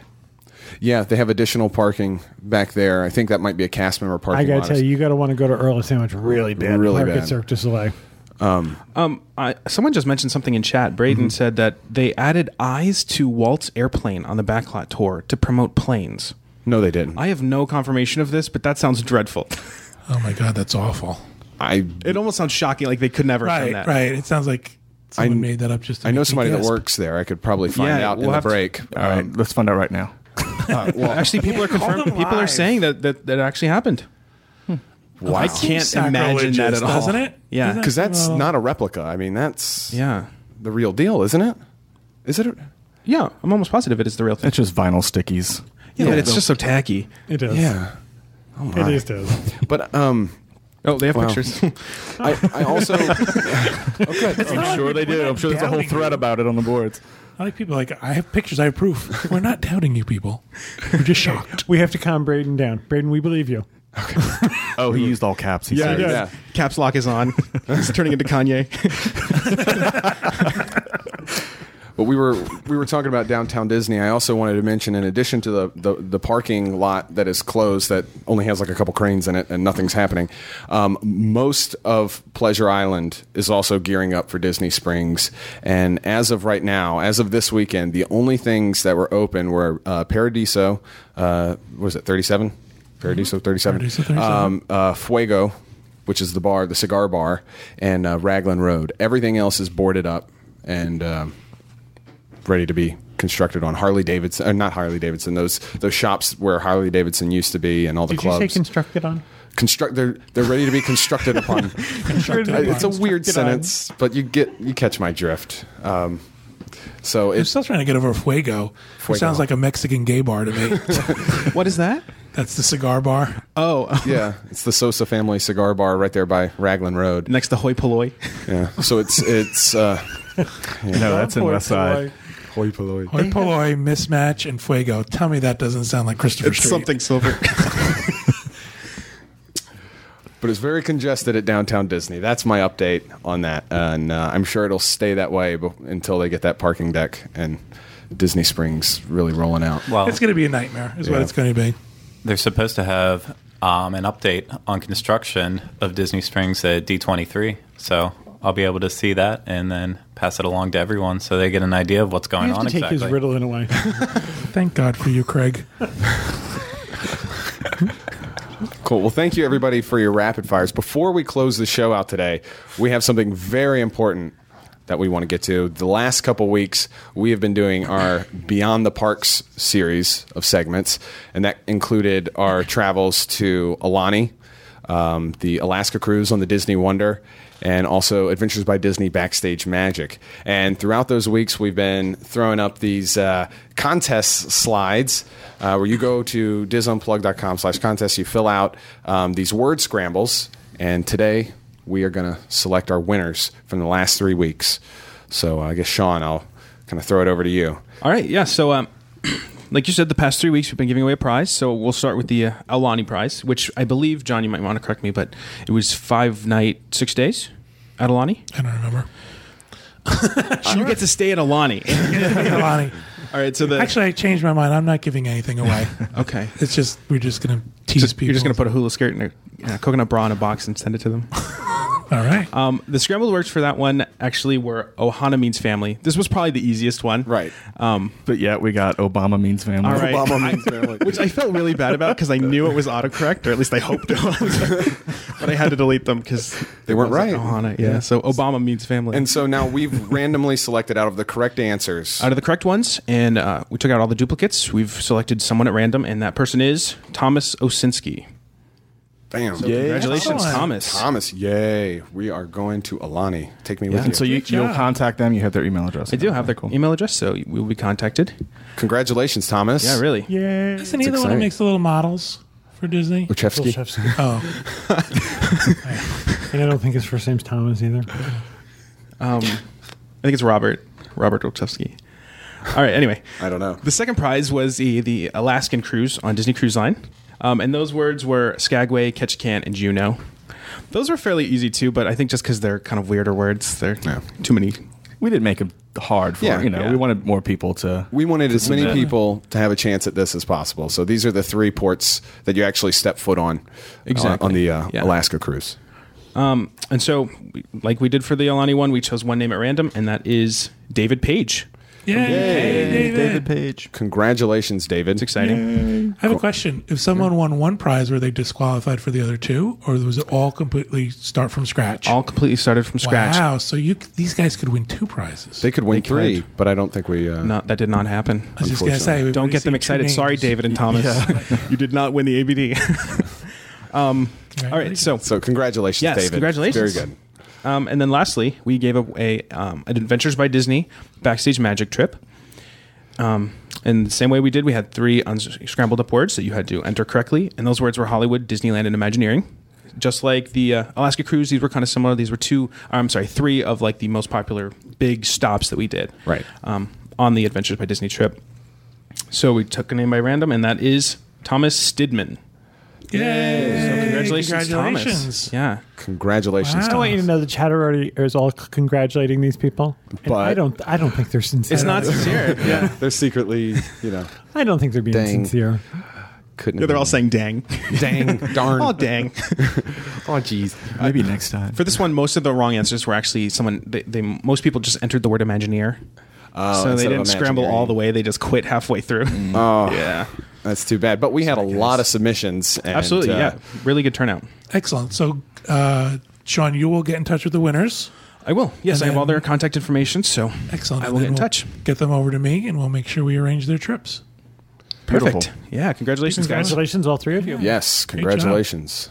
G: yeah, they have additional parking back there. I think that might be a cast member parking.
E: I got
G: lot or
E: to tell you, you got to want to go to Earl of Sandwich really bad.
G: Really
E: park
G: bad.
E: at Cirque du Soleil.
D: Um, I, someone just mentioned something in chat.
G: Mm-hmm.
D: Braden said that they added eyes to Walt's airplane on the backlot tour to promote planes.
G: No, they didn't. I,
D: I have no confirmation of this, but that sounds dreadful.
C: Oh my God, that's awful.
G: I,
D: It almost sounds shocking, like they could never have
C: Right,
D: done that.
C: right. It sounds like someone
G: I-
C: made that up just to
G: know
C: make me
G: somebody that
C: gasp.
G: works there. I could probably find
D: Yeah,
G: out
D: we'll
G: in the
D: have to-
G: break.
B: All right, let's find out right now.
D: Actually, people are confirmed.
C: them
D: People are
C: live.
D: saying that that, that actually happened. I Hmm. can't imagine
C: sacrilegious,
D: that at all.
C: doesn't it?
D: Yeah,
C: Isn't
G: Because Uh, that's
C: Well-
G: not a replica. I mean, that's
D: yeah,
G: the real deal, isn't it? Is it? A,
D: yeah. I'm almost positive it is the real thing.
B: It's just vinyl stickies.
D: yeah, but it's just so tacky.
E: It is.
G: yeah.
E: It is. does.
G: But um,
D: Oh, they have pictures.
G: I, I also
B: I'm sure they did. I'm sure there's a whole
C: doubting
B: thread about it on the boards.
C: I like people like I have pictures. I have proof. We're not doubting you, people. We're just shocked.
E: We have to calm Braden down. Braden, we believe you.
B: Oh, he used all caps. He said.
G: yeah.
D: Caps lock is on. It's turning into Kanye.
G: But we were we were talking about downtown Disney. I also wanted to mention, in addition to the, the, the parking lot that is closed, that only has like a couple cranes in it and nothing's happening. Um, most of Pleasure Island is also gearing up for Disney Springs, and as of right now, as of this weekend, the only things that were open were uh, Paradiso. Uh, what is it? Thirty seven. Paradiso thirty seven.
C: Paradiso 37.
G: Um, uh, Fuego, which is the bar, the cigar bar, and uh, Raglan Road. Everything else is boarded up and. Um, ready to be constructed on Harley Davidson, or not Harley Davidson. Those those shops where Harley Davidson used to be, and all the
E: Did
G: clubs
E: you say constructed on?
G: construct. They're they're ready to be constructed upon.
C: Constructed
G: it's a
C: upon.
G: weird
E: Constructed on.
G: sentence, but you get you catch my drift. Um, so
C: I'm
G: it's
C: still trying to get over Fuego.
G: Fuego.
C: It sounds like a Mexican gay bar to me.
D: what is that?
C: that's the cigar bar.
D: Oh,
G: yeah, it's the Sosa family cigar bar right there by Raglan Road.
D: next to Hoi Polloi.
G: Yeah, so it's it's uh,
B: No, that's in
E: Or
B: West Side.
E: Soleil.
G: Hoi polloi.
C: Hoi polloi, mismatch, and fuego. Tell me that doesn't sound like Christopher
H: It's
C: Street.
H: something silver.
G: But it's very congested at downtown Disney. That's my update on that, and uh, I'm sure it'll stay that way bef- until they get that parking deck and Disney Springs really rolling out.
F: Well,
C: It's going to be a nightmare, is
G: Yeah.
C: what it's going to be.
F: they're supposed to have um, an update on construction of Disney Springs at D23. So I'll be able to see that and then pass it along to everyone so they get an idea of what's going
E: You have
F: on
E: to take
F: exactly.
E: his riddle in a way.
C: Thank God for you, Craig.
G: Cool. Well, thank you everybody for your rapid fires. Before we close the show out today, we have something very important that we want to get to. The last couple weeks, we have been doing our Beyond the Parks series of segments, and that included our travels to Alani, um, the Alaska cruise on the Disney Wonder, and also Adventures by Disney Backstage Magic. And throughout those weeks, we've been throwing up these uh, contest slides uh, where you go to disunplug.com slash contest, you fill out um, these word scrambles, and today we are going to select our winners from the last three weeks. So uh, I guess, Sean, I'll kind of throw it over to you.
D: All right, yeah. So, um, like you said, the past three weeks we've been giving away a prize. So we'll start with the uh, Alani prize, which I believe John, you might want to correct me, but it was five night, six days at Alani.
C: I don't remember.
D: You get to stay at Alani.
C: Hey, Alani.
D: All right, so the
C: Actually, I changed my mind. I'm not giving anything away.
D: okay.
C: It's just we're just going to tease
D: Just-
C: people.
D: you're just going to put a hula skirt and a uh, coconut bra in a box and send it to them.
C: All right.
D: Um, the scrambled words for that one actually were Ohana means family. This was probably the easiest one.
G: Right.
D: Um,
B: But yeah, we got Obama means family.
D: all right.
G: Obama means family.
D: Which I felt really bad about because I knew it was autocorrect, or at least I hoped it was. but I had to delete them because
G: They weren't right.
D: Ohana, "Oh, yeah. So Obama means family.
G: And
D: And
G: so now we've randomly selected out of the correct answers.
D: out of the correct ones, and uh, we took out all the duplicates. We've selected someone at random, and that person is Thomas Osinski.
G: Bam.
D: Congratulations,
C: Excellent.
D: Thomas.
G: Thomas, yay. We are going to Alani. Take me with you.
B: And so you, you'll contact them. You have their email address.
D: I do have their email address, so we will be contacted.
G: Congratulations, Thomas.
D: Yeah, really.
E: Yeah.
C: Isn't he the one that
G: exciting.
C: makes the little models for Disney?
G: Uchevsky.
C: Oh,
E: And I don't think his first name's Thomas either.
D: Um, I think it's Robert. Robert Olszewski. All right. Anyway,
G: I don't know.
D: The second prize was the the Alaskan cruise on Disney Cruise Line, um, and those words were Skagway, Ketchikan, and Juneau. Those were fairly easy too, but I think just because they're kind of weirder words, they're
G: Yeah.
D: too many.
B: We didn't make it hard for
G: Yeah,
B: you know.
G: yeah.
B: We wanted more people to.
G: We wanted as many people to have a chance at this as possible. So these are the three ports that you actually step foot on uh,
D: Exactly.
G: on the uh,
D: Yeah.
G: Alaska cruise.
D: Um, and so, we- like we did for the Alani one, we chose one name at random, and that is David Page.
C: yay, David.
B: Page.
G: Congratulations, David.
D: It's exciting.
C: I have a question. If someone won one prize, were they disqualified for the other two, or was it all completely start from scratch?
D: All completely started from scratch.
C: Wow! So you c- these guys could win two prizes.
G: They could win three, but I don't think we. Uh,
D: Not that did not happen.
C: I was just gonna say, we've
D: Don't
C: already
D: get
C: seen
D: them
C: two
D: excited.
C: names.
D: Sorry, David and Thomas, you did not win the ABD. All right, so
G: So congratulations,
D: Yes,
G: David.
D: congratulations.
G: Very good.
D: Um, and then lastly, we gave away um, an Adventures by Disney backstage magic trip. Um, and the same way we did, we had three unscrambled up words that you had to enter correctly, and those words were Hollywood, Disneyland, and Imagineering. Just like the uh, Alaska cruise, these were kind of similar. These were two, I'm sorry, three of like the most popular big stops that we did.
G: Right.
D: Um, on the Adventures by Disney trip. So we took a name by random, and that is Thomas Stidman.
C: Yay!
D: So congratulations,
C: Congratulations.
D: Thomas. Yeah.
C: Wow.
G: Congratulations,
E: I want you to know the chat already is all c- congratulating these people. And
G: But-
E: I don't. I don't think they're sincere.
D: It's not sincere. yeah.
G: They're secretly, you know,
E: I don't think they're being
G: Dang.
E: sincere.
G: couldn't.
D: They're all saying dang.
G: dang, darn.
D: Oh, dang.
G: oh, jeez.
B: Maybe next time.
D: For this one, most of the wrong answers were actually someone. They, they most people just entered the word Imagineer, so they
G: Oh, instead of
D: didn't scramble
G: Imagineering.
D: all the way. They just quit halfway through.
G: Oh,
D: yeah,
G: that's too bad. But we had a lot of submissions. And,
D: absolutely.
G: uh,
D: yeah, really good turnout.
C: Excellent. So, uh, Sean, you will get in touch with the winners.
D: I will. Yes,
C: And
D: I have all
C: then-
D: their contact information. So
C: Excellent.
D: I
C: And
D: will
C: then
D: get in
C: we'll
D: touch.
C: Get them over to me, and we'll make sure we arrange their trips.
D: perfect.
B: Beautiful.
D: Yeah, congratulations, guys.
E: Congratulations, all three of you.
G: Yes,
C: job.
G: congratulations.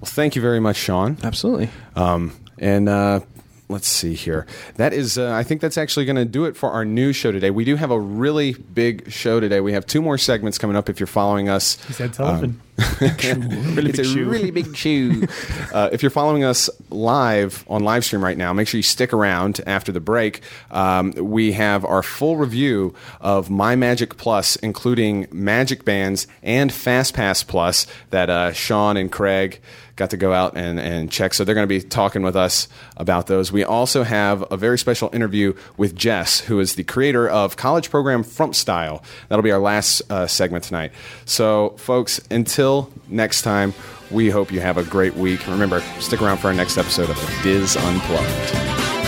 G: Well, thank you very much, Sean.
D: Absolutely.
G: Um, and uh, let's see here. That is, uh, I think that's actually going to do it for our new show today. We do have a really big show today. We have two more segments coming up if you're following us.
E: He said Sullivan.
G: it's a really big chew. uh, if you're following us live on live stream right now, make sure you stick around after the break. Um, we have our full review of My Magic Plus, including Magic Bands and Fast Pass Plus that uh, Sean and Craig got to go out and, and check. So they're going to be talking with us about those. We also have a very special interview with Jess, who is the creator of college program Frump Style. That'll be our last uh, segment tonight. So, folks, until next time, we hope you have a great week. Remember, stick around for our next episode of Diz Unplugged.